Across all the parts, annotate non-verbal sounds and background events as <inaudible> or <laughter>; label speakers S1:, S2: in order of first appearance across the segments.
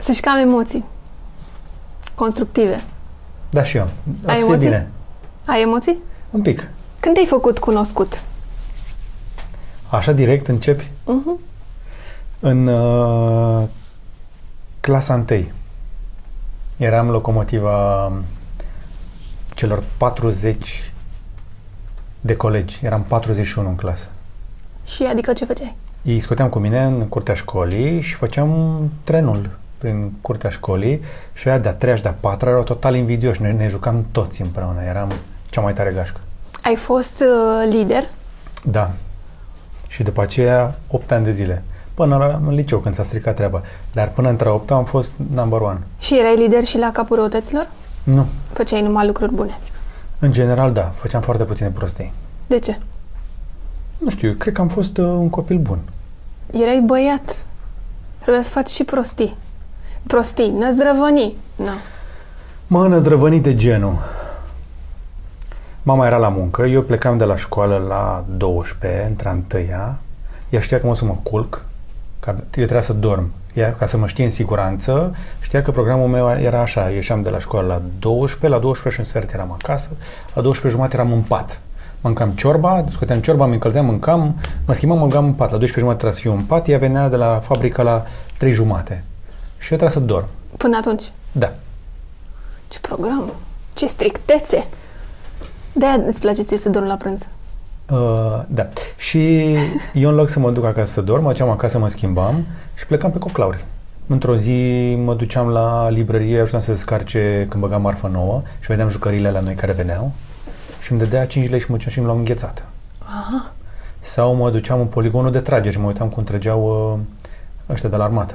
S1: Să-și cam emoții. Constructive.
S2: Da, și eu. O să
S1: Ai
S2: fie
S1: emoții?
S2: bine.
S1: Ai emoții?
S2: Un pic.
S1: Când te-ai făcut cunoscut?
S2: Așa direct începi?
S1: Mhm.
S2: În uh, clasa 1 eram locomotiva um, celor 40 de colegi. Eram 41 în clasă.
S1: Și adică ce făceai?
S2: Îi scoteam cu mine în curtea școlii și făceam trenul prin curtea școlii și aia de-a treia și de-a patra erau total invidioși. Noi ne jucam toți împreună. Eram cea mai tare gașcă.
S1: Ai fost uh, lider?
S2: Da. Și după aceea 8 ani de zile. Până la, în liceu când s-a stricat treaba. Dar până între 8 am fost number one.
S1: Și erai lider și la capul răutăților?
S2: Nu.
S1: Făceai numai lucruri bune, adică.
S2: În general, da. Făceam foarte puține prostii.
S1: De ce?
S2: Nu știu, cred că am fost uh, un copil bun.
S1: Erai băiat. Trebuia să faci și prostii. Prostii, năzdrăvăni. Nu.
S2: Mă năzdrăvănit de genul. Mama era la muncă, eu plecam de la școală la 12, intra în tâia. Ea știa că mă o să mă culc, că eu trebuia să dorm. Ea, ca să mă știe în siguranță, știa că programul meu era așa. Ieșeam de la școală la 12, la 12 și în sfert eram acasă, la 12 jumate eram în pat. Mâncam ciorba, scoteam ciorba, mă încălzeam, mâncam, mă schimbam, mâncam în pat. La 12 jumate trebuia să fiu în pat, ea venea de la fabrică la 3 jumate. Și eu trebuia să dorm.
S1: Până atunci,
S2: Da.
S1: ce program, ce strictețe. De-aia îți place ție să dormi la prânz.
S2: Uh, da. Și eu în loc să mă duc acasă să dorm, aceam acasă, mă schimbam și plecam pe coclauri. Într-o zi mă duceam la librărie, ajutam să scarce când băgam marfă nouă și vedeam jucările la noi care veneau și îmi dădea 5 lei și mă duceam și îmi luam înghețată.
S1: Aha.
S2: Sau mă duceam în poligonul de trageri și mă uitam cum trăgeau uh, ăștia de la armată.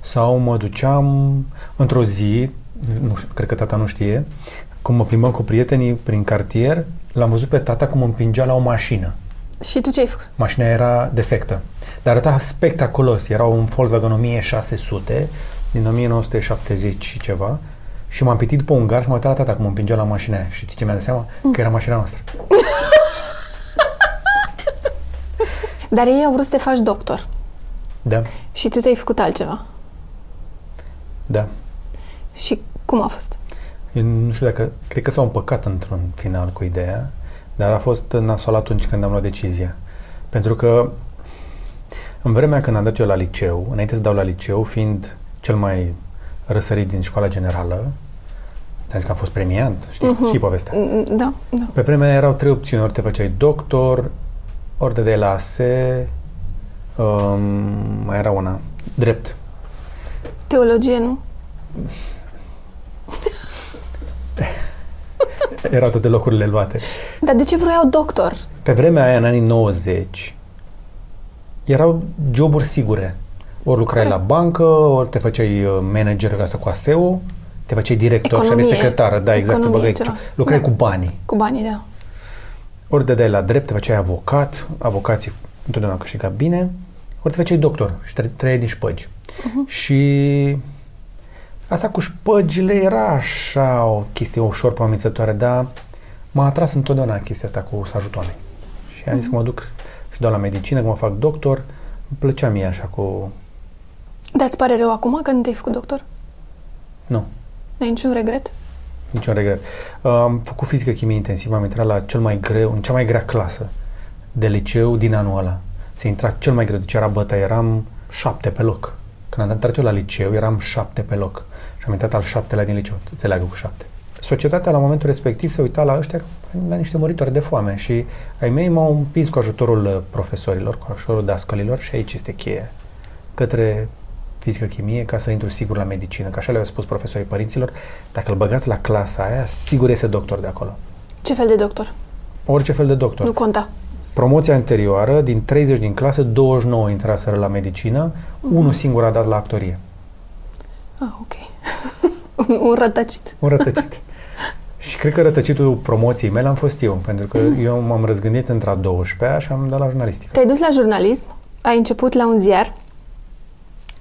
S2: Sau mă duceam într-o zi, nu știu, cred că tata nu știe, cum mă plimbam cu prietenii prin cartier, l-am văzut pe tata cum împingea la o mașină.
S1: Și tu ce ai făcut?
S2: Mașina era defectă, dar arăta spectaculos. Era un Volkswagen 1600 din 1970 și ceva și m-am pitit pe un gar și m-am uitat la tata cum împingea la mașina aia. Și știi ce mi-a dat seama? Că era mașina noastră.
S1: Dar ei au vrut să te faci doctor.
S2: Da,
S1: Și tu te-ai făcut altceva.
S2: da.
S1: Și cum a fost?
S2: Eu nu știu dacă, cred că s-au împăcat într-un final cu ideea, dar a fost nasol atunci când am luat decizia. Pentru că în vremea când am dat eu la liceu, înainte să dau la liceu, fiind cel mai răsărit din școala generală, ți-am zis că am fost premiant, știi, uh-huh. și povestea.
S1: Da, da.
S2: Pe vremea aia erau trei opțiuni, ori te făceai doctor, ori de de la ASE, um, mai era una, drept.
S1: Teologie, nu?
S2: Erau toate locurile luate.
S1: Dar de ce vroiau doctor?
S2: Pe vremea aia, în anii 90, erau joburi sigure. Ori lucrai la
S1: Corect.
S2: bancă, ori te făceai uh, manager ca să cu ASEO, te făceai director și aveai
S1: Economie.
S2: secretară, da, exact, te
S1: Economie,
S2: băgai,
S1: ceva.
S2: lucrai
S1: Da.
S2: cu banii.
S1: Cu banii, da.
S2: Ori dădeai la drept, te făceai avocat, avocații întotdeauna câștiga bine, ori te făceai doctor și tre- trăiai din șpăgi. Uh-huh. Și asta cu șpăgile era așa o chestie ușor promițătoare, dar m-a atras întotdeauna chestia asta cu să ajut oameni. Și am zis că mă duc și dau la medicină, că mă fac doctor, îmi plăcea mie așa cu...
S1: Dar îți pare rău acum că nu te-ai făcut doctor?
S2: Nu,
S1: N-ai niciun regret?
S2: Niciun regret. Uh, Am făcut fizică chimie intensivă, am intrat la cel mai greu, în cea mai grea clasă de liceu din anul ăla. Se intra cel mai greu, deci era băta, eram șapte pe loc. Când am intrat eu la liceu, eram șapte pe loc. Și am intrat al șaptelea din liceu, se leagă cu șapte. Societatea la momentul respectiv se uita la ăștia la niște muritori de foame și ai mei m-au împins cu ajutorul uh, profesorilor, cu ajutorul dascălilor și aici este cheia către fizică-chimie ca să intru sigur la medicină, că așa le-au spus profesorii părinților, dacă îl băgați la clasa aia, sigur iese doctor de acolo.
S1: Ce fel de doctor?
S2: Orice fel de doctor.
S1: Nu conta.
S2: Promoția anterioară, din 30 din clasă, 29 intraseră la medicină,
S1: Mm-hmm.
S2: unul singur a dat la actorie.
S1: Ah, ok. <laughs> un, un rătăcit.
S2: Un
S1: <laughs>
S2: rătăcit. și cred că rătăcitul promoției mele am fost eu, pentru că
S1: Mm-hmm.
S2: eu m-am răzgândit între a 12-a și am dat la jurnalistică.
S1: Te-ai dus la jurnalism, ai început la un ziar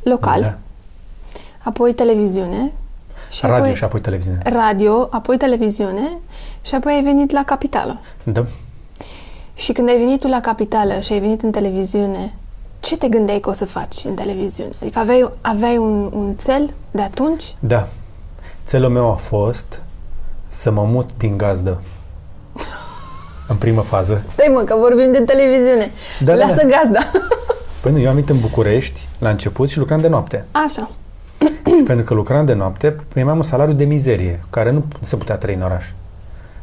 S1: local,
S2: Da.
S1: apoi televiziune și
S2: Radio
S1: apoi Er-
S2: și apoi televiziune.
S1: radio, apoi televiziune și apoi ai venit la capitală.
S2: Da.
S1: Și când ai venit tu la capitală și ai venit în televiziune, ce te gândeai că o să faci în televiziune? Adică aveai, aveai un, un cel de atunci?
S2: Da. Țelul meu a fost să mă mut
S1: <laughs>
S2: din gazdă. În primă fază.
S1: Stai mă, că vorbim de televiziune.
S2: Da, da,
S1: Lasă
S2: da.
S1: gazda.
S2: Păi nu, eu am venit în București la început și lucram de noapte.
S1: Așa.
S2: <clears throat> Pentru că lucram de noapte, primeam un salariu de mizerie, care nu se putea trăi în oraș.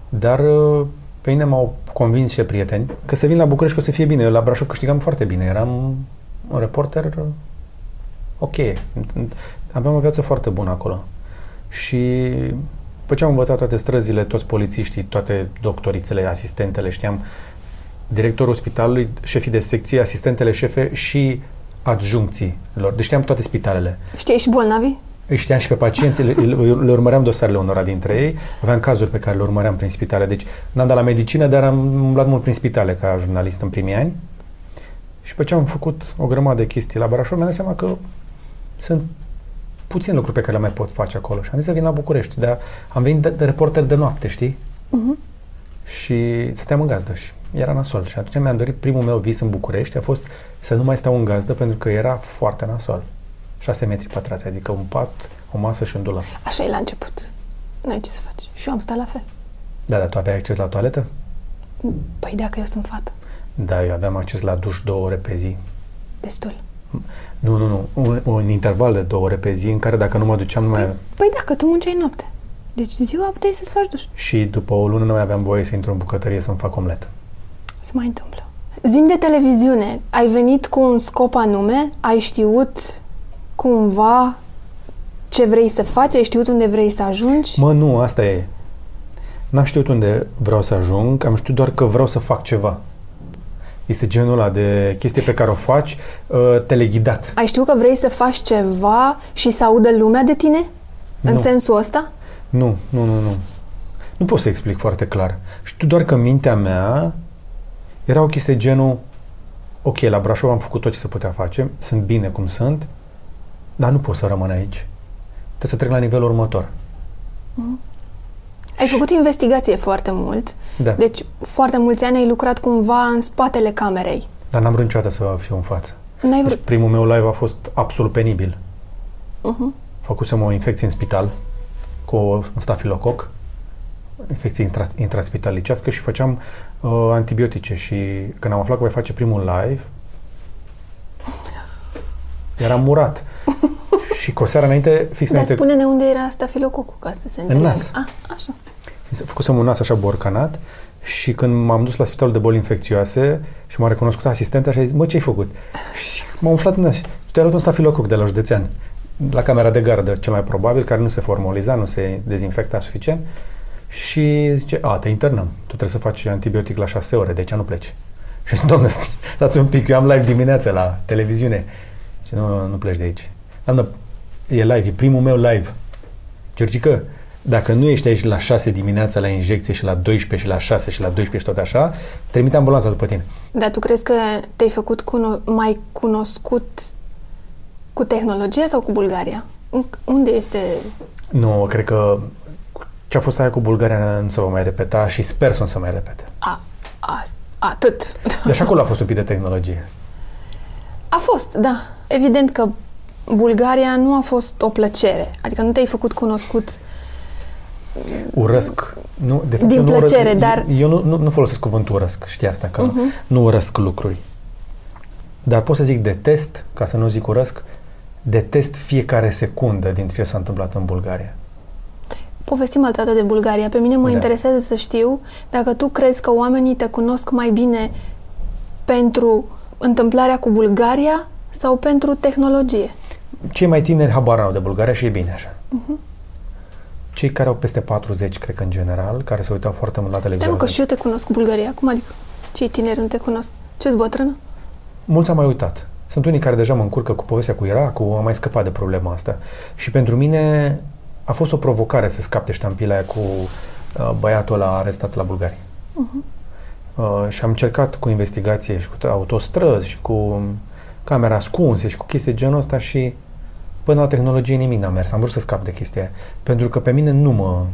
S2: Dar uh, pe mine m-au convins și prieteni că să vin la București că o să fie bine. Eu la Brașov câștigam foarte bine. Eram un reporter uh, ok. Aveam o viață foarte bună acolo. Și după ce am învățat toate străzile, toți polițiștii, toate doctorițele, asistentele, știam directorul spitalului, șefii de secție, asistentele șefe și adjuncții lor. Deci știam toate spitalele.
S1: Știi, ești bolnavi?
S2: Îi știam și pe pacienți, le, le- le urmăream dosarele unora dintre ei, aveam cazuri pe care le urmăream prin spitale. Deci n-am dat la medicină, dar am umblat mult prin spitale ca jurnalist în primii ani. Și pe ce am făcut o grămadă de chestii la Brașov, mi-am dat seama că sunt puțin lucruri pe care le mai pot face acolo. Și am zis să vin la București, dar am venit de, de reporter de noapte, știi?
S1: Mhm.
S2: Și stăteam în gazdă și era nasol. Și atunci mi-am dorit, primul meu vis în București a fost să nu mai stau în gazdă pentru că era foarte nasol. 6 metri pătrați, adică un pat, o masă și un dulap.
S1: Așa e la început. Nu ai ce să faci. Și eu am stat la fel.
S2: Da, dar tu aveai acces la toaletă?
S1: Păi dacă eu sunt fată,
S2: Da, eu aveam acces la duș două ore pe zi.
S1: destul.
S2: Nu, nu, nu, un, un interval de două ore pe zi în care dacă nu mă duceam, nu mai...
S1: Păi, păi dacă tu munceai noapte. Deci ziua puteai să-ți faci duș.
S2: Și după o lună nu mai aveam voie să intru în bucătărie să-mi fac omletă.
S1: Se mai întâmplă. Zim de televiziune. Ai venit cu un scop anume? Ai știut cumva ce vrei să faci? Ai știut unde vrei să ajungi?
S2: Mă, nu, asta e. N-am știut unde vreau să ajung, am știut doar că vreau să fac ceva. Este genul ăla de chestie pe care o faci uh, teleghidat.
S1: Ai știut că vrei să faci ceva și să audă lumea de tine? În
S2: Nu.
S1: sensul ăsta?
S2: Nu, nu, nu, nu. Nu pot să explic foarte clar. Știu doar că în mintea mea era o chestie genul ok, la Brașov am făcut tot ce se putea face, sunt bine cum sunt, dar nu pot să rămân aici. Trebuie să trec la nivelul următor.
S1: Ai făcut investigație foarte mult.
S2: Da.
S1: Deci foarte mulți ani ai lucrat cumva în spatele camerei.
S2: Dar n-am vrut niciodată să fiu în față.
S1: N-ai vrut.
S2: Deci primul meu live a fost absolut penibil. Uh-huh.
S1: Uh-huh.
S2: Făcusem o infecție în spital cu un stafilococ, infecție intra, intraspitalicească și făceam uh, antibiotice și când am aflat că voi face primul
S1: <laughs>
S2: live, eram
S1: <laughs>
S2: murat. și cu o seară înainte, fix
S1: Dar
S2: înainte,
S1: spune-ne unde era stafilococul, ca să se înțeleagă.
S2: nas.
S1: A, așa.
S2: Mi s-a- făcusem un nas așa borcanat și când m-am dus la spitalul de boli infecțioase și m-a recunoscut asistenta și a zis, mă, ce-ai făcut? Și zic, m-am umflat în nas. Tu te-ai luat un stafilococ de la județean, la camera de gardă, cel mai probabil, care nu se formaliza, nu se dezinfecta suficient. Și zice, a, te internăm, tu trebuie să faci antibiotic la șase ore, de aici nu pleci. Și zic, <laughs> doamnă, dați un pic, eu am live dimineața la televiziune. Și nu, nu pleci de aici. Doamnă, e live, e primul meu live. Georgică, dacă nu ești aici la 6 dimineața la injecție și la 12 și la 6 și la 12 și tot așa, trimite ambulanța după tine.
S1: Dar tu crezi că te-ai făcut cuno- mai cunoscut cu tehnologia sau cu Bulgaria? Un- Unde este?
S2: Nu, cred că ce a fost aia cu Bulgaria nu se va mai repeta și sper să nu se mai repete.
S1: A, a, atât.
S2: Deci acolo a fost un pic de tehnologie.
S1: A fost, da. Evident că Bulgaria nu a fost o plăcere. Adică nu te-ai făcut cunoscut.
S2: Urăsc. Nu, de fapt,
S1: Din
S2: eu nu urăsc-
S1: plăcere,
S2: eu-
S1: dar- Mhm.
S2: Eu nu, nu, nu folosesc cuvântul urăsc, știi asta, că uh-huh. nu urăsc lucruri. Dar pot să zic detest, ca să nu zic urăsc, detest fiecare secundă din ce s-a întâmplat în Bulgaria.
S1: Povestim altă dată de Bulgaria. Pe mine mă
S2: Da.
S1: interesează să știu dacă tu crezi că oamenii te cunosc mai bine pentru întâmplarea cu Bulgaria sau pentru tehnologie.
S2: Cei mai tineri habar n-au de Bulgaria și e bine așa. Uh-huh.
S1: Mhm.
S2: Cei care au peste 40, cred că în general, care se uitau foarte mult la
S1: Stai mă
S2: televizor.
S1: că și eu te cunosc cu Bulgaria. Cum adică? Cei tineri nu te cunosc. Ce-s bătrână?
S2: Mulți am mai uitat. Sunt unii care deja mă încurcă cu povestea cu Irakul, am mai scăpat de problema asta. Și pentru mine a fost o provocare să scap de ștampila aia cu uh, băiatul ăla arestat la Bulgaria. Uh, și am încercat cu investigație și cu autostrăzi și cu camere ascunse și cu chestii de genul ăsta și până la tehnologie nimic n-a mers. Am vrut să scap de chestia aia. Pentru că pe mine nu mă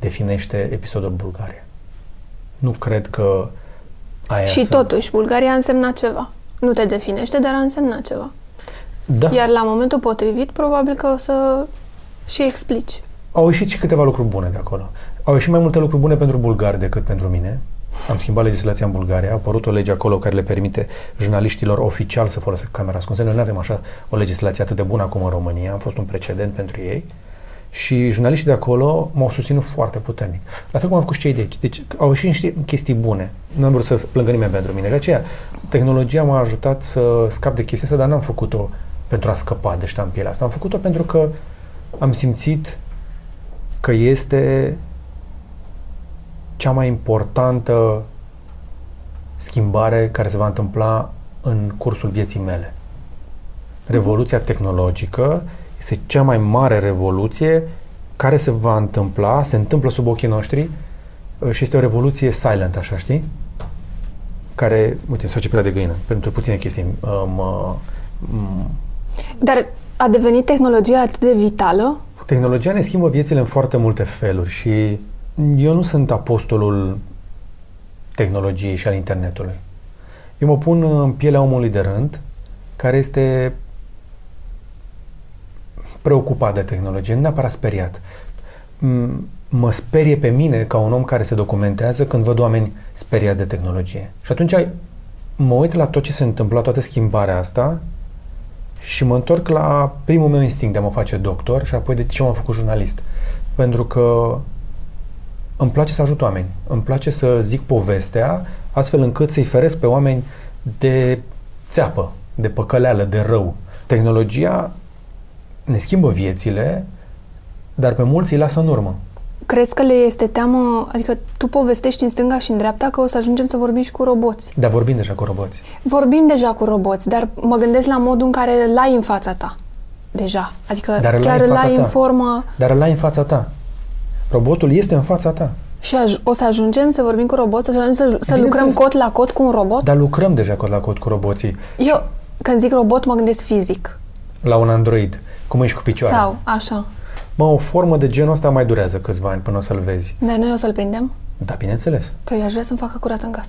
S2: definește episodul Bulgaria. Nu cred că aia
S1: Și
S2: să-
S1: totuși, Bulgaria a însemnat ceva. Nu te definește, dar a însemnat ceva.
S2: Da,
S1: Iar la momentul potrivit, probabil că o să și explici.
S2: au ieșit și câteva lucruri bune de acolo. Au ieșit mai multe lucruri bune pentru bulgari decât pentru mine. Am schimbat legislația în Bulgaria, a apărut o lege acolo care le permite jurnaliștilor oficial să folosească camera ascunsă. Noi nu avem așa o legislație atât de bună acum în România, am fost un precedent pentru ei. Și jurnaliștii de acolo m-au susținut foarte puternic. La fel cum am făcut și cei de aici. Deci au ieșit niște chestii bune. Nu am vrut să plângă nimeni pentru mine. De aceea, tehnologia m-a ajutat să scap de chestia asta, dar n-am făcut-o pentru a scăpa de ștampielea asta. Am făcut-o pentru că am simțit că este cea mai importantă schimbare care se va întâmpla în cursul vieții mele. Revoluția tehnologică este cea mai mare revoluție care se va întâmpla, se întâmplă sub ochii noștri uh, și este o revoluție silent, așa știi? Care, uite, s-a ciupit de găină, pentru puține chestii uh, mă, m-
S1: Dar a devenit tehnologia atât de vitală?
S2: Tehnologia ne schimbă viețile în foarte multe feluri și eu nu sunt apostolul tehnologiei și al internetului. Eu mă pun în pielea omului de rând care este preocupat de tehnologie, nu neapărat speriat. M- Mă sperie pe mine ca un om care se documentează când văd oameni speriați de tehnologie. Și atunci mă uit la tot ce se întâmplă, toată schimbarea asta și mă întorc la primul meu instinct de a mă face doctor și apoi de ce m-am făcut jurnalist. Pentru că îmi place să ajut oameni, îmi place să zic povestea astfel încât să-i feresc pe oameni de țeapă, de păcăleală, de rău. Tehnologia ne schimbă viețile, dar pe mulți îi lasă în urmă.
S1: Crezi că le este teamă, adică tu povestești în stânga și în dreapta că o să ajungem să vorbim și cu roboți.
S2: Dar vorbim deja cu roboți.
S1: Vorbim deja cu roboți, dar mă gândesc la modul în care îl ai în fața ta. Deja. Adică
S2: Dar îl
S1: chiar
S2: ai în
S1: îl
S2: fața
S1: ai
S2: ta.
S1: în formă
S2: Dar îl ai în fața ta. Robotul este în fața ta.
S1: și aj- o să ajungem să vorbim cu roboți, o să ajungem să, să
S2: Bineînțeles.
S1: lucrăm cot la cot cu un robot.
S2: Dar lucrăm deja cot la cot cu roboții.
S1: Eu, când zic robot, mă gândesc fizic.
S2: La un android, cum ești cu picioarele.
S1: Sau, așa.
S2: Mă, o formă de genul ăsta mai durează câțiva ani până o să-l vezi.
S1: Dar noi o să-l prindem?
S2: Da, bineînțeles.
S1: Că eu aș vrea să-mi facă curat în casă.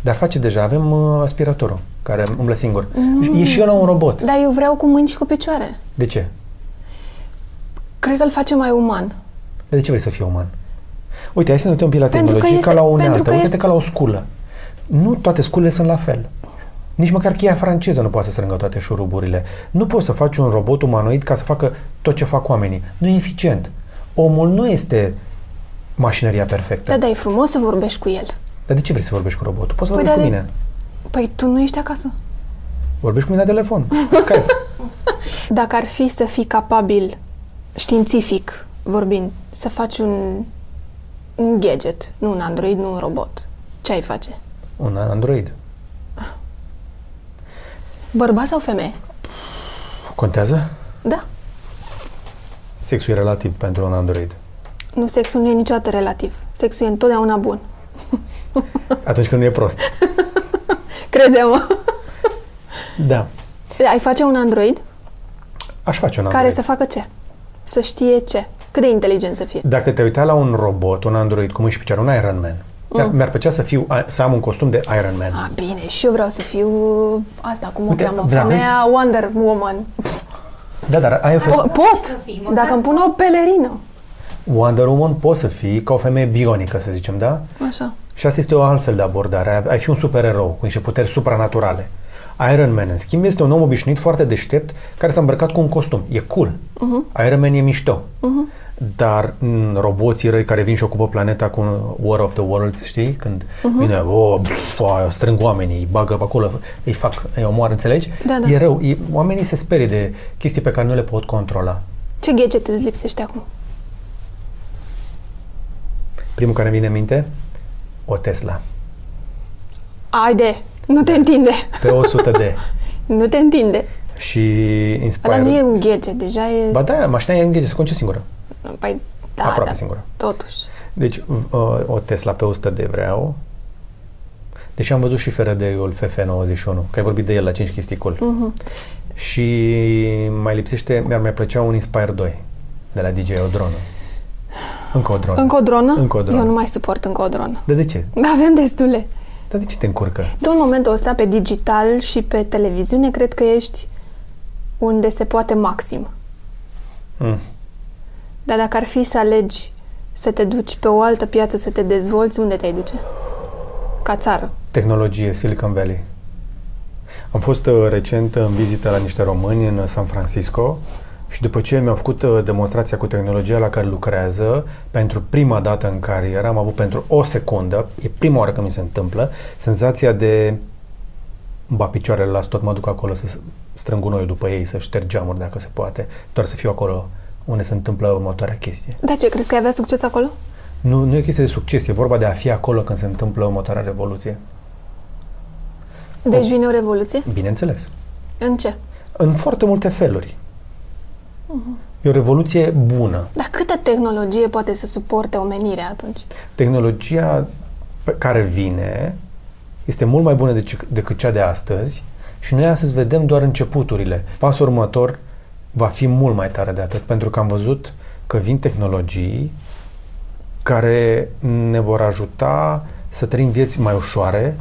S2: Dar face deja, avem uh, aspiratorul care umblă singur. Mm. E și el un robot.
S1: Dar eu vreau cu mâini și cu picioare.
S2: De ce?
S1: Cred că îl face mai uman.
S2: De ce vrei să fii uman? Uite, hai să ne uităm un pic la
S1: Pentru că
S2: tehnologie
S1: este-
S2: ca la o
S1: pentru
S2: unealtă.
S1: că
S2: Uite-te
S1: este-
S2: ca la o sculă. Nu toate sculele sunt la fel. Nici măcar cheia franceză nu poate să strângă toate șuruburile. Nu poți să faci un robot umanoid ca să facă tot ce fac oamenii. Nu e eficient. Omul nu este mașinăria perfectă.
S1: Da, dar e frumos să vorbești cu el.
S2: Dar de ce vrei să vorbești cu robotul? Poți să
S1: Păi
S2: vorbești cu
S1: da, de-
S2: mine.
S1: Păi tu nu ești acasă.
S2: Vorbești cu mine la telefon, pe Skype. <laughs>
S1: Dacă ar fi să fii capabil, științific vorbind, să faci un, un gadget, nu un android, nu un robot, ce ai face?
S2: Un Android.
S1: Bărbat sau femeie?
S2: Contează?
S1: Da.
S2: Sexul e relativ pentru un Android.
S1: Nu, sexul nu e niciodată relativ. Sexul e întotdeauna bun. <laughs>
S2: Atunci când nu e prost.
S1: Crede-mă.
S2: Da.
S1: Ai face un android
S2: Aș face un
S1: care
S2: Android.
S1: să facă ce? Să știe ce? Cât de inteligent să fie?
S2: Dacă te uita la un robot, un Android, cum își picioare, un Iron Man. Mm. Mi-ar plăcea să, fiu, să am un costum de Iron Man.
S1: A, bine, și eu vreau să fiu uh, asta, cum o
S2: Uite,
S1: cheamă,
S2: da,
S1: femeia Wonder Woman.
S2: Da, dar ai o fe-
S1: Po- pot,
S3: fii, măcar
S1: dacă îmi pun o pelerină.
S2: Wonder Woman poți să fii ca o femeie bionică, să zicem, da?
S1: Așa.
S2: Și asta este o altfel de abordare. Ai- Ai fi un supererou cu niște puteri supranaturale. Iron Man, în schimb, este un om obișnuit foarte deștept care s-a îmbrăcat cu un costum. E cool.
S1: Mhm.
S2: Uh-huh. Iron Man e mișto. Uh-huh. Dar m- roboții răi care vin și ocupă planeta cu War of the Worlds, știi? Când
S1: Mhm.
S2: uh-huh. vine, oh, pf, aia, strâng oamenii, îi bagă pe acolo, îi fac, îi omoară, înțelegi?
S1: Da, da.
S2: E rău. E, oamenii se sperie de chestii pe care nu le pot controla.
S1: Ce gadget îți lipsește acum?
S2: Primul care îmi vine în minte, o Tesla.
S1: Haide, nu te întinde.
S2: Pe
S1: <laughs>
S2: 100D.
S1: Nu te întinde.
S2: și Inspire.
S1: Ăla nu e un gadget, deja e...
S2: Păi Ba da, mașina e înghețe, se conce singură.
S1: Păi, da,
S2: aproape
S1: da,
S2: singură.
S1: totuși.
S2: Deci v- uh, o Tesla pe 100 de vreau. Deși am văzut și Faraday-ul FF91, că ai vorbit de el la 5 chestii cool.
S1: Mhm.
S2: Uh-huh. Și mai lipsește, mi-ar mai plăcea un Inspire 2 de la DJI, o dronă. Încă o dronă.
S1: Încă o dronă?
S2: Încă o dronă.
S1: Eu nu mai suport încă o dronă.
S2: Dar de ce?
S1: Avem destule.
S2: Dar de ce te încurcă?
S1: Tu în momentul ăsta pe digital și pe televiziune cred că ești unde se poate maxim.
S2: Mm.
S1: Dar dacă ar fi să alegi să te duci pe o altă piață, să te dezvolți, unde te-ai duce? Ca țară.
S2: Tehnologie, Silicon Valley. Am fost uh, recent în vizită la niște români în San Francisco și după ce mi-au făcut uh, demonstrația cu tehnologia la care lucrează, pentru prima dată în carieră am avut pentru o secundă, e prima oară când mi se întâmplă, senzația de ba picioarele las, tot mă duc acolo să s- strâng gunoiul după ei, să șterg geamuri dacă se poate, doar să fiu acolo unde se întâmplă următoarea chestie.
S1: Dar ce, crezi că ai avea succes acolo?
S2: Nu, nu e o chestie de succes, e vorba de a fi acolo când se întâmplă următoarea revoluție.
S1: Deci vine o revoluție?
S2: Bineînțeles.
S1: În ce?
S2: În foarte multe feluri. E o revoluție bună.
S1: Dar câtă tehnologie poate să suporte omenirea atunci?
S2: Tehnologia pe care vine este mult mai bună deci- decât cea de astăzi și noi astăzi vedem doar începuturile. Pasul următor va fi mult mai tare de atât, pentru că am văzut că vin tehnologii care ne vor ajuta să trăim vieți mai ușoare,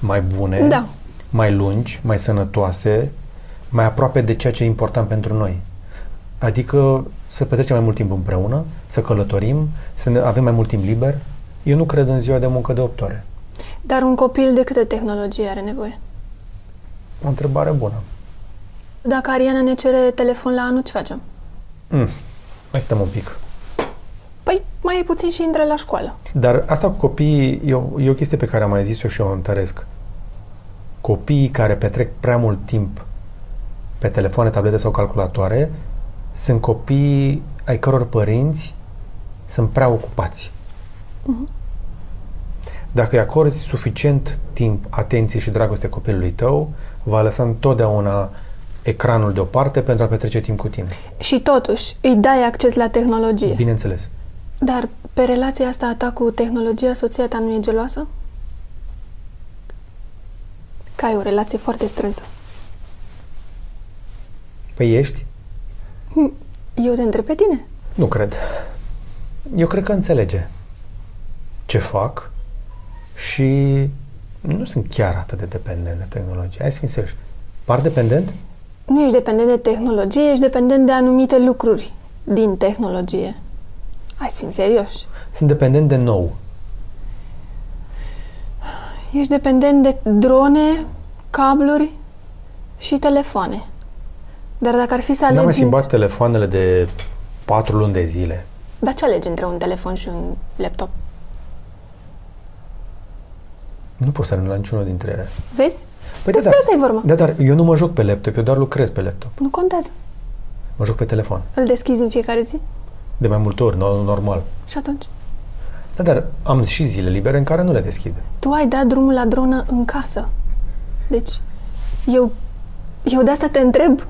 S2: mai bune,
S1: Da.
S2: mai lungi, mai sănătoase, mai aproape de ceea ce e important pentru noi. Adică să petrecem mai mult timp împreună, să călătorim, să ne, avem mai mult timp liber. Eu nu cred în ziua de muncă de 8 ore.
S1: Dar un copil de câtă tehnologie are nevoie?
S2: O întrebare bună.
S1: Dacă Ariana ne cere telefon la anul, ce facem?
S2: Mm. Mai stăm un pic.
S1: Păi mai e puțin și intră la școală.
S2: Dar asta cu copiii e o, e o chestie pe care am mai zis-o și eu o întăresc. Copiii care petrec prea mult timp pe telefoane, tablete sau calculatoare sunt copii ai căror părinți sunt prea ocupați. Dacă îi acorzi suficient timp, atenție și dragoste copilului tău, va lăsa întotdeauna ecranul deoparte pentru a petrece timp cu tine.
S1: Și totuși îi dai acces la tehnologie.
S2: Bineînțeles.
S1: Dar pe relația asta a ta cu tehnologia, soția ta nu e geloasă? Că ai o relație foarte strânsă.
S2: Păi ești?
S1: Eu te întreb pe tine.
S2: Nu cred. Eu cred că înțelege ce fac și nu sunt chiar atât de dependent de tehnologie. Hai să fim serioși. Par dependent?
S1: Nu ești dependent de tehnologie, ești dependent de anumite lucruri din tehnologie. Hai să fim serioși.
S2: Sunt dependent de nou.
S1: Ești dependent de drone, cabluri și telefoane. Dar dacă ar fi să
S2: N-am mai
S1: alegi...
S2: schimbat telefoanele de patru luni de zile.
S1: Dar ce alegi între un telefon și un laptop?
S2: Nu pot să renunț la niciunul dintre ele.
S1: Vezi?
S2: Păi
S1: Despre asta e vorba.
S2: da, dar eu nu mă joc pe laptop, eu doar lucrez pe laptop.
S1: Nu contează.
S2: Mă joc pe telefon.
S1: Îl deschizi în fiecare zi
S2: De mai multe ori, no- normal.
S1: și atunci.
S2: Da, dar am și zile libere în care nu le deschid.
S1: Tu ai dat drumul la dronă în casă. Deci, eu, eu de asta te întreb.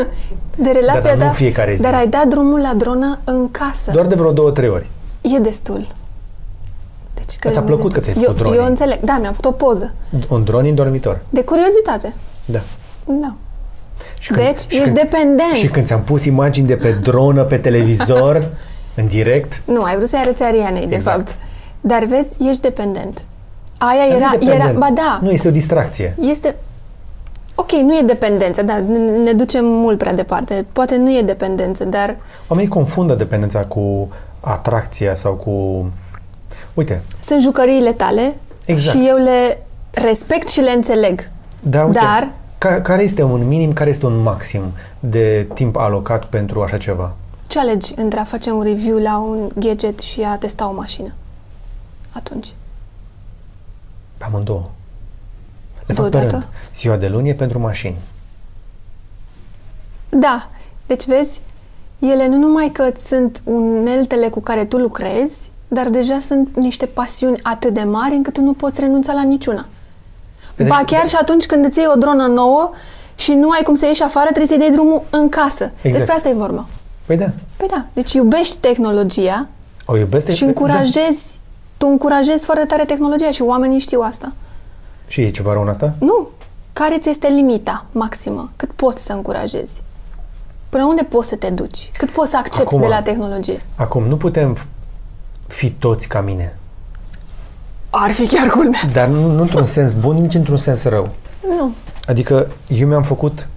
S1: <laughs> de relația
S2: Dar nu
S1: ta.
S2: fiecare zi.
S1: Dar ai dat drumul la dronă în casă.
S2: Doar de vreo două, trei ori.
S1: E destul. Deci, cred
S2: ți-a
S1: că e destul.
S2: plăcut că ți-ai făcut
S1: eu,
S2: dronii?
S1: eu înțeleg. Da, mi-am făcut o poză.
S2: Un dron în dormitor.
S1: De curiozitate.
S2: Da.
S1: Da.
S2: Și
S1: Deci, ești dependent.
S2: Și când ți-am pus imagini de pe dronă, pe televizor, în direct,
S1: Nu, ai vrut să-i arăți Arianei, de
S2: Exact.
S1: fapt. Dar vezi, ești dependent. Aia
S2: nu e
S1: era, era...
S2: dependent.
S1: Ba da,
S2: Nu, este o distracție.
S1: este... Ok, nu e dependență, dar ne ne ducem mult prea departe. Poate nu e dependență, dar
S2: Oamenii confundă dependența cu atracția sau cu... Uite,
S1: sunt jucăriile tale
S2: Exact.
S1: și eu le respect și le înțeleg.
S2: da, uite,
S1: Dar-
S2: Ca, care este un minim, care este un maxim de timp alocat pentru așa ceva?
S1: Ce alegi între a face un review la un gadget și a testa o mașină? Atunci.
S2: Pe amândouă. Le fac pe
S1: Deodată?
S2: rând. Ziua de luni e pentru mașini.
S1: Da, deci vezi, ele nu numai că îți sunt uneltele cu care tu lucrezi, dar deja sunt niște pasiuni atât de mari încât tu nu poți renunța la niciuna.
S2: Păi,
S1: ba
S2: deci-
S1: chiar și atunci când îți iei o dronă nouă și nu ai cum să ieși afară, trebuie să-i dai drumul în casă.
S2: Exact.
S1: Despre asta e vorba.
S2: Păi da,
S1: Păi da, deci iubești tehnologia
S2: o iubesc.
S1: și
S2: Da.
S1: încurajezi, tu încurajezi foarte tare tehnologia și oamenii știu asta.
S2: Și e ceva rău în asta?
S1: Nu. Care ți este limita maximă? Cât poți să încurajezi? Până unde poți să te duci? Cât poți să accepti
S2: Acum-
S1: de la tehnologie?
S2: Acum, nu putem f- fi toți ca mine.
S1: ar fi chiar culmea.
S2: Dar nu, nu într-un sens bun, nici într-un sens rău.
S1: Nu.
S2: Adică eu mi-am făcut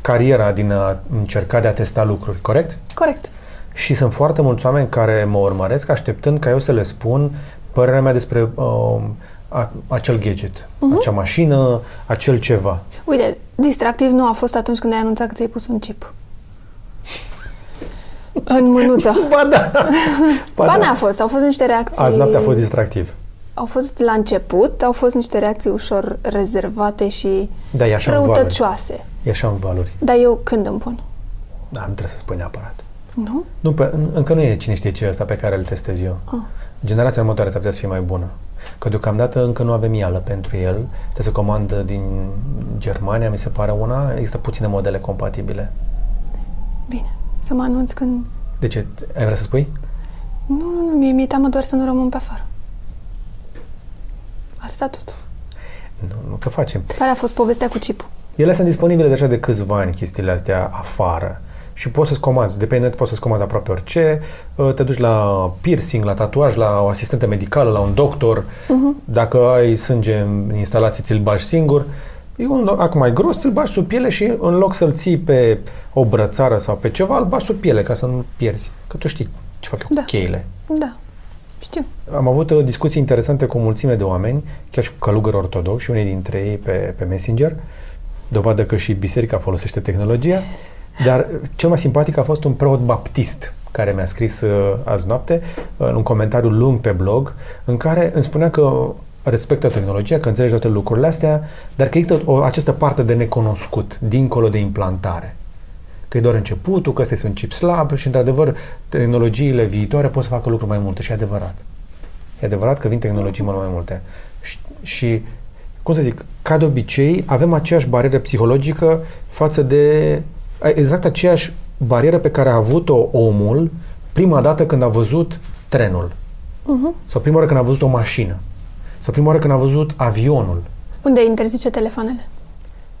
S2: cariera din a încerca de a testa lucruri, corect?
S1: Corect.
S2: Și sunt foarte mulți oameni care mă urmăresc așteptând ca eu să le spun părerea mea despre uh, a, acel gadget, uh-huh. acea mașină, acel ceva.
S1: Uite, distractiv nu a fost atunci când ai anunțat că ți-ai pus un chip. În
S2: <laughs>
S1: mânuță.
S2: Ba da!
S1: Ba, da. n-a fost, au fost niște reacții...
S2: Azi noaptea a fost distractiv.
S1: Au fost la început, au fost niște reacții ușor rezervate și
S2: Da, e așa în valori.
S1: răutăcioase.
S2: E așa în valori.
S1: Dar eu când îmi pun?
S2: Da, nu trebuie să spui neapărat.
S1: Nu?
S2: Nu, pe, în- încă nu e cine știe ce e ăsta pe care îl testez eu.
S1: Ah.
S2: Generația următoare s-ar putea să fie mai bună. Că deocamdată încă nu avem ială pentru el. Trebuie să comand din Germania, mi se pare una. Există puține modele compatibile.
S1: Bine. Să mă anunț când...
S2: De ce? Ai vrea să spui?
S1: Nu, nu, nu, mie mi-e teamă doar să nu rămân pe afară. Atâta tot.
S2: Nu, nu că facem.
S1: Care a fost povestea cu chipul?
S2: Ele sunt disponibile deja de câțiva ani, chestiile astea afară. Și poți să-ți comanzi, de pe net poți să-ți comanzi aproape orice, Uh, te duci la piercing, la tatuaj, la o asistentă medicală, la un doctor, uh-huh. dacă ai sânge în instalație, ți-l bagi singur. E un, do- acum mai gros, ți-l bagi sub piele și în loc să-l ții pe o brățară sau pe ceva, îl bagi sub piele ca să nu pierzi. Că tu știi ce fac eu da.
S1: Da.
S2: cu cheile.
S1: Da. Știu.
S2: Am avut uh, discuții interesante cu o mulțime de oameni, chiar și cu călugări ortodoxi, și unii dintre ei pe, pe Messenger. Dovadă că și biserica folosește tehnologia. Dar uh, cel mai simpatic a fost un preot baptist care mi-a scris uh, azi noapte uh, un comentariu lung pe blog în care îmi spunea că respectă tehnologia, că înțelege toate lucrurile astea, dar că există o, această parte de necunoscut, dincolo de implantare că e doar începutul, că ăsta este un chip slab și, într-adevăr, tehnologiile viitoare pot să facă lucruri mai multe și e adevărat. E adevărat că vin tehnologii mult mai multe. Și, și cum să zic, ca de obicei, avem aceeași barieră psihologică față de... exact aceeași barieră pe care a avut-o omul prima dată când a văzut trenul. Uh-huh. Sau prima oară când a văzut o mașină. Sau prima oară când a văzut avionul
S1: Unde interzice telefoanele?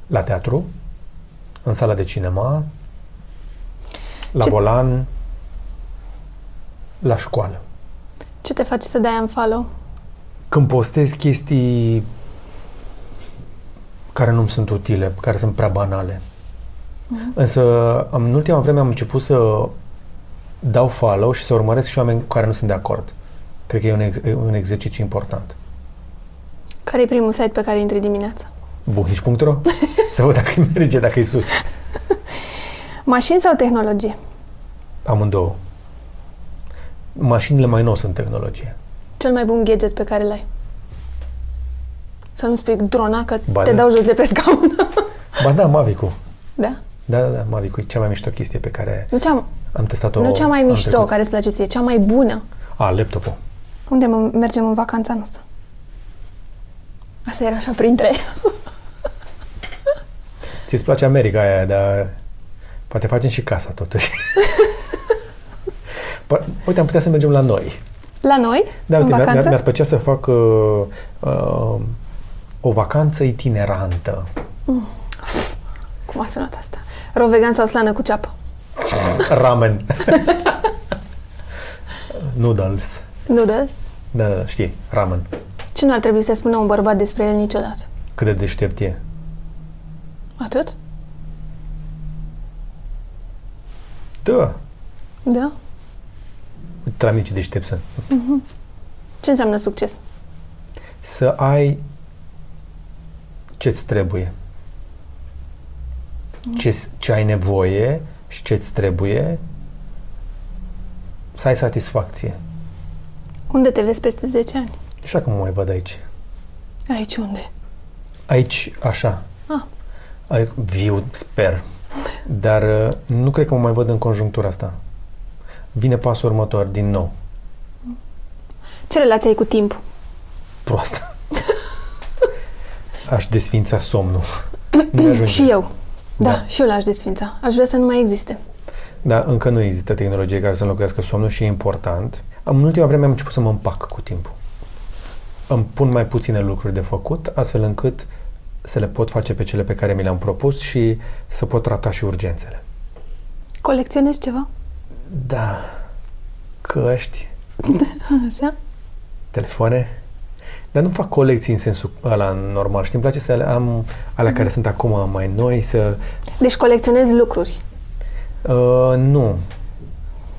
S2: la teatru, în sala de cinema, la
S1: Ce-
S2: volan, la școală.
S1: Ce te face să dai un follow?
S2: Când postez chestii care nu-mi sunt utile, care sunt prea banale.
S1: Mhm.
S2: Însă, în ultima vreme am început să dau follow și să urmăresc și oameni cu care nu sunt de acord. Cred că e un, ex- e un exercițiu important.
S1: Care e primul site pe care intri dimineața?
S2: Buhnici.ro
S1: <laughs>
S2: Să văd dacă îi merge, dacă e sus.
S1: Mașini sau tehnologie?
S2: Amândouă. Mașinile mai nou sunt tehnologie.
S1: Cel mai bun gadget pe care l-ai? Să nu spui drona că
S2: Ba
S1: te
S2: da.
S1: dau jos de pe scaun.
S2: Ba da, Mavic-ul.
S1: <laughs> da?
S2: Da, da, da, Mavic e cea mai mișto chestie pe care
S1: Nu cea,
S2: am testat-o.
S1: nu cea mai
S2: anul
S1: mișto
S2: trecut.
S1: care îți place ție, cea mai bună.
S2: A, laptopul.
S1: Unde mă, mergem în vacanța noastră? Asta era așa printre.
S2: Ți-ți place America aia, dar poate facem și casa
S1: <laughs>
S2: totuși. Pa- Uite, am putea să mergem la noi.
S1: La noi?
S2: Da,
S1: în
S2: uite, mi-ar- mi-ar,
S1: vacanță?
S2: mi-ar plăcea să fac uh, uh, o vacanță itinerantă.
S1: Cum a sunat asta? Rovegan sau slană cu ceapă?
S2: Ramen. <laughs> Noodles.
S1: Noodles?
S2: Da, da, da, știi, ramen.
S1: Ce nu ar trebui să spună un bărbat despre el niciodată?
S2: Cât de deștept e.
S1: Atât?
S2: Da,
S1: Da?
S2: uite la mine ce deștept sunt.
S1: Ce înseamnă succes?
S2: să ai ce-ți trebuie, ce, ce ai nevoie și ce-ți trebuie, să ai satisfacție.
S1: Unde te vezi peste 10 ani?
S2: Nu știu dacă mă mai văd aici.
S1: Aici unde?
S2: Aici, așa.
S1: Ah.
S2: Ai, viu, sper. Dar uh, nu cred că mă mai văd în conjunctura asta. Vine pasul următor, din nou.
S1: Ce relație ai cu timpul? <laughs>
S2: Proastă. Aș desfința somnul. Nu ajunge.
S1: Și eu. Da,
S2: Da.
S1: da, și eu l-aș desfința. Aș vrea să nu mai existe.
S2: Dar încă nu există tehnologie care să înlocuiască somnul și e important. Am- În ultima vreme am început să mă împac cu timpul. Îmi pun mai puține lucruri de făcut, astfel încât să le pot face pe cele pe care mi le-am propus și să pot trata și urgențele.
S1: Colecționezi ceva?
S2: Da, căști,
S1: Așa?
S2: telefoane, Dar nu fac colecții în sensul ăla normal. Știi, îmi place să le am alea care sunt acum mai noi, să...
S1: Deci colecționezi lucruri.
S2: Uh, nu.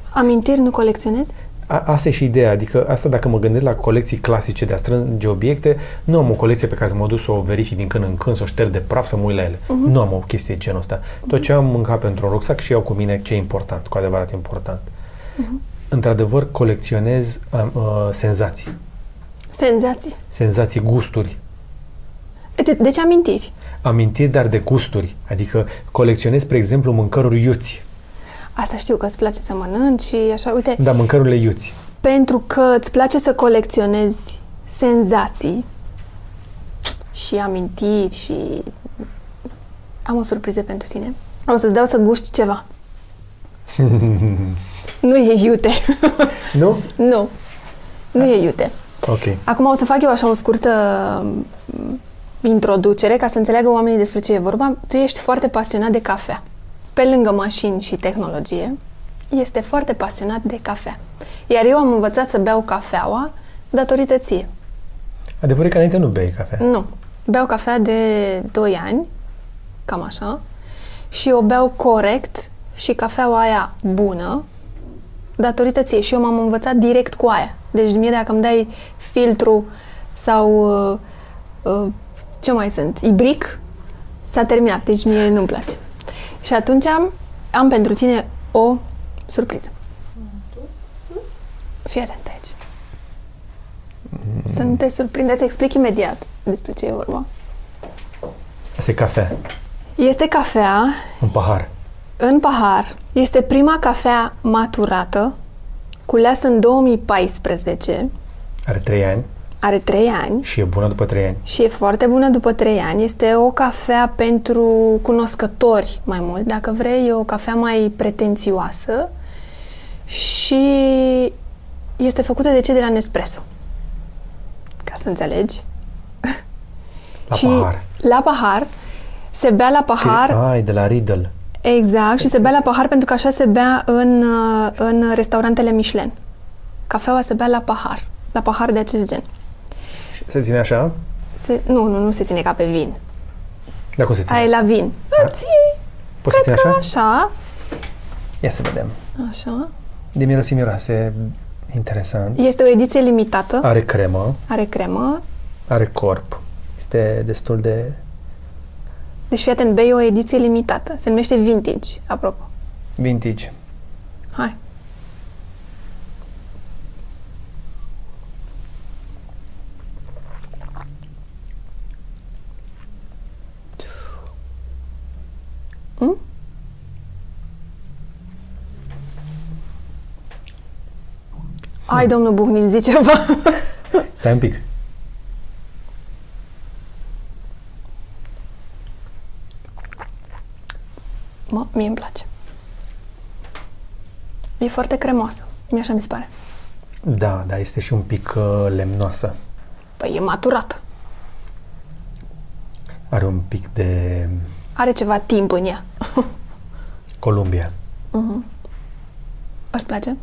S1: Amintiri nu colecționezi?
S2: A, asta e și ideea. Adică asta dacă mă gândesc la colecții clasice de a strânge obiecte, nu am o colecție pe care să mă duc să o verific din când în când, să o șterg de praf, să mă uit la ele. Uh-huh. Nu am o chestie de genul ăsta. Uh-huh. Tot ce am în cap într-un rucsac și iau cu mine ce e important, cu adevărat important. Uh-huh. Într-adevăr, colecționez uh, uh, senzații.
S1: Senzații.
S2: Senzații, gusturi.
S1: De- Deci amintiri.
S2: amintiri, dar de gusturi. Adică colecționez, spre exemplu, mâncăruri iuți.
S1: Asta știu că îți place să mănânci și așa, uite,
S2: Da, mâncărurile iuți.
S1: pentru că îți place să colecționezi senzații și amintiri și am o surpriză pentru tine. O să-ți dau să guști ceva. nu e iute. <laughs>
S2: Nu?
S1: nu. Nu e iute.
S2: Ok.
S1: Acum o să fac eu așa o scurtă m, introducere ca să înțeleagă oamenii despre ce e vorba. Tu ești foarte pasionat de cafea. Pe lângă mașini și tehnologie, este foarte pasionat de cafea. Iar eu am învățat să beau cafeaua datorită ție.
S2: Adevărul e că înainte nu bei cafea.
S1: Nu. Beau cafea de 2 ani, cam așa, și o beau corect și cafeaua aia bună, datorită ție. Și eu m-am învățat direct cu aia. Deci mie dacă îmi dai filtru sau uh, uh, ce mai sunt, ibric, s-a terminat. Deci mie nu-mi place. Și atunci am, am pentru tine o surpriză. Fii atent aici. Să nu te surprindeți, explic imediat despre ce e vorba.
S2: Asta e cafea.
S1: Este cafea
S2: Un pahar.
S1: în pahar. Este prima cafea maturată, culeasă în 2014,
S2: Are 3 ani
S1: are 3 ani
S2: și e bună după 3 ani.
S1: și e foarte bună după 3 ani. Este o cafea pentru cunoscători mai mult. Dacă vrei, e o cafea mai pretențioasă și este făcută de cei de la Nespresso. Ca să înțelegi.
S2: La
S1: și
S2: pahar.
S1: la pahar. Se bea la pahar.
S2: Ai, de la Riddle.
S1: Exact, și se bea la pahar pentru că așa se bea în, uh, în restaurantele Michelin. Cafeaua se bea la pahar, la pahar de acest gen.
S2: Și Se ține așa?
S1: Se, nu, nu, nu se ține ca pe vin.
S2: Dar cum se ține?
S1: Aia e la vin. Îl ții,
S2: Poți să
S1: cred
S2: ține
S1: că
S2: așa?
S1: așa.
S2: Ia să vedem.
S1: Așa.
S2: De miros miroase interesant.
S1: Este o ediție limitată,
S2: Are cremă,
S1: are cremă.
S2: are corp. Este destul de...
S1: Deci fii atent, bei o ediție limitată. Se numește vintage, apropo.
S2: vintage.
S1: Hai. Mm? Ai, domnul Buhnici, zi ceva. <laughs>
S2: Stai un pic.
S1: mă, mie îmi place. E foarte cremoasă. Mie așa mi se pare.
S2: Da, dar este și un pic uh, lemnoasă.
S1: Păi e maturată.
S2: Are un pic de
S1: Are ceva timp în ea.
S2: Columbia.
S1: Îți place?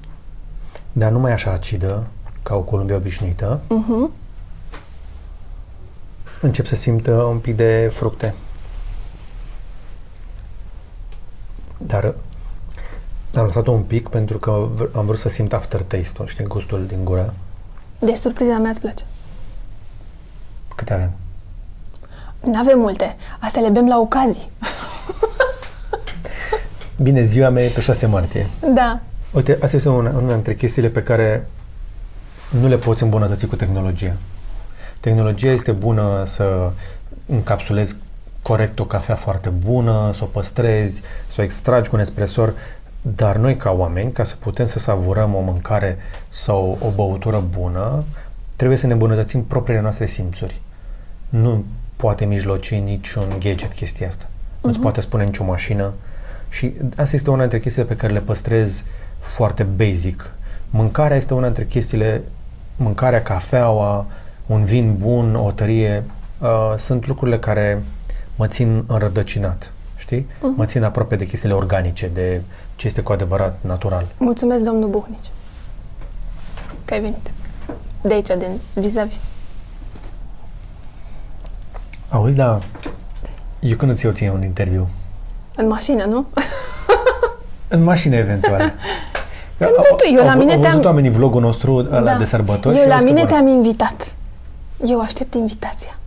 S2: Dar nu mai așa acidă ca o Columbia obișnuită.
S1: Mhm.
S2: Încep să simt uh, un pic de fructe. Dar uh, am lăsat-o un pic pentru că v- am vrut să simt aftertaste-ul, știi, gustul din gură.
S1: Deci surpriza mea îți place.
S2: Câte avem?
S1: Nu avem multe. Astea le bem la ocazii.
S2: Bine, ziua mea e pe 6 martie.
S1: Da.
S2: Uite, asta este una, una dintre chestiile pe care nu le poți îmbunătăți cu tehnologia. Tehnologia este bună să încapsulezi corect o cafea foarte bună, să o păstrezi, să o extragi cu un espresor, dar noi ca oameni, ca să putem să savurăm o mâncare sau o băutură bună, trebuie să ne îmbunătățim propriile noastre simțuri. Nu poate mijloci niciun gadget chestia asta. Uh-huh. Nu-ți poate spune nicio mașină. Și asta este una dintre chestiile pe care le păstrez foarte basic. Mâncarea este una dintre chestiile, mâncarea, cafeaua, un vin bun, o tărie, uh, sunt lucrurile care mă țin înrădăcinat, știi? Uh-huh. Mă țin aproape de chestiile organice, de ce este cu adevărat natural.
S1: Mulțumesc, domnul Buhnici. Că ai venit. De aici, din vis-a-vis.
S2: Auzi, da, eu când îți iau ție un interviu?
S1: În mașină, nu?
S2: În mașină,
S1: <laughs>
S2: eventual. Când
S1: vrei tu, eu la mine
S2: Au văzut
S1: te-am- Da.
S2: oamenii vlogul nostru ăla de sărbători
S1: Eu
S2: și
S1: la
S2: au zis că,
S1: mine
S2: bă,
S1: te-am invitat. Eu aștept invitația.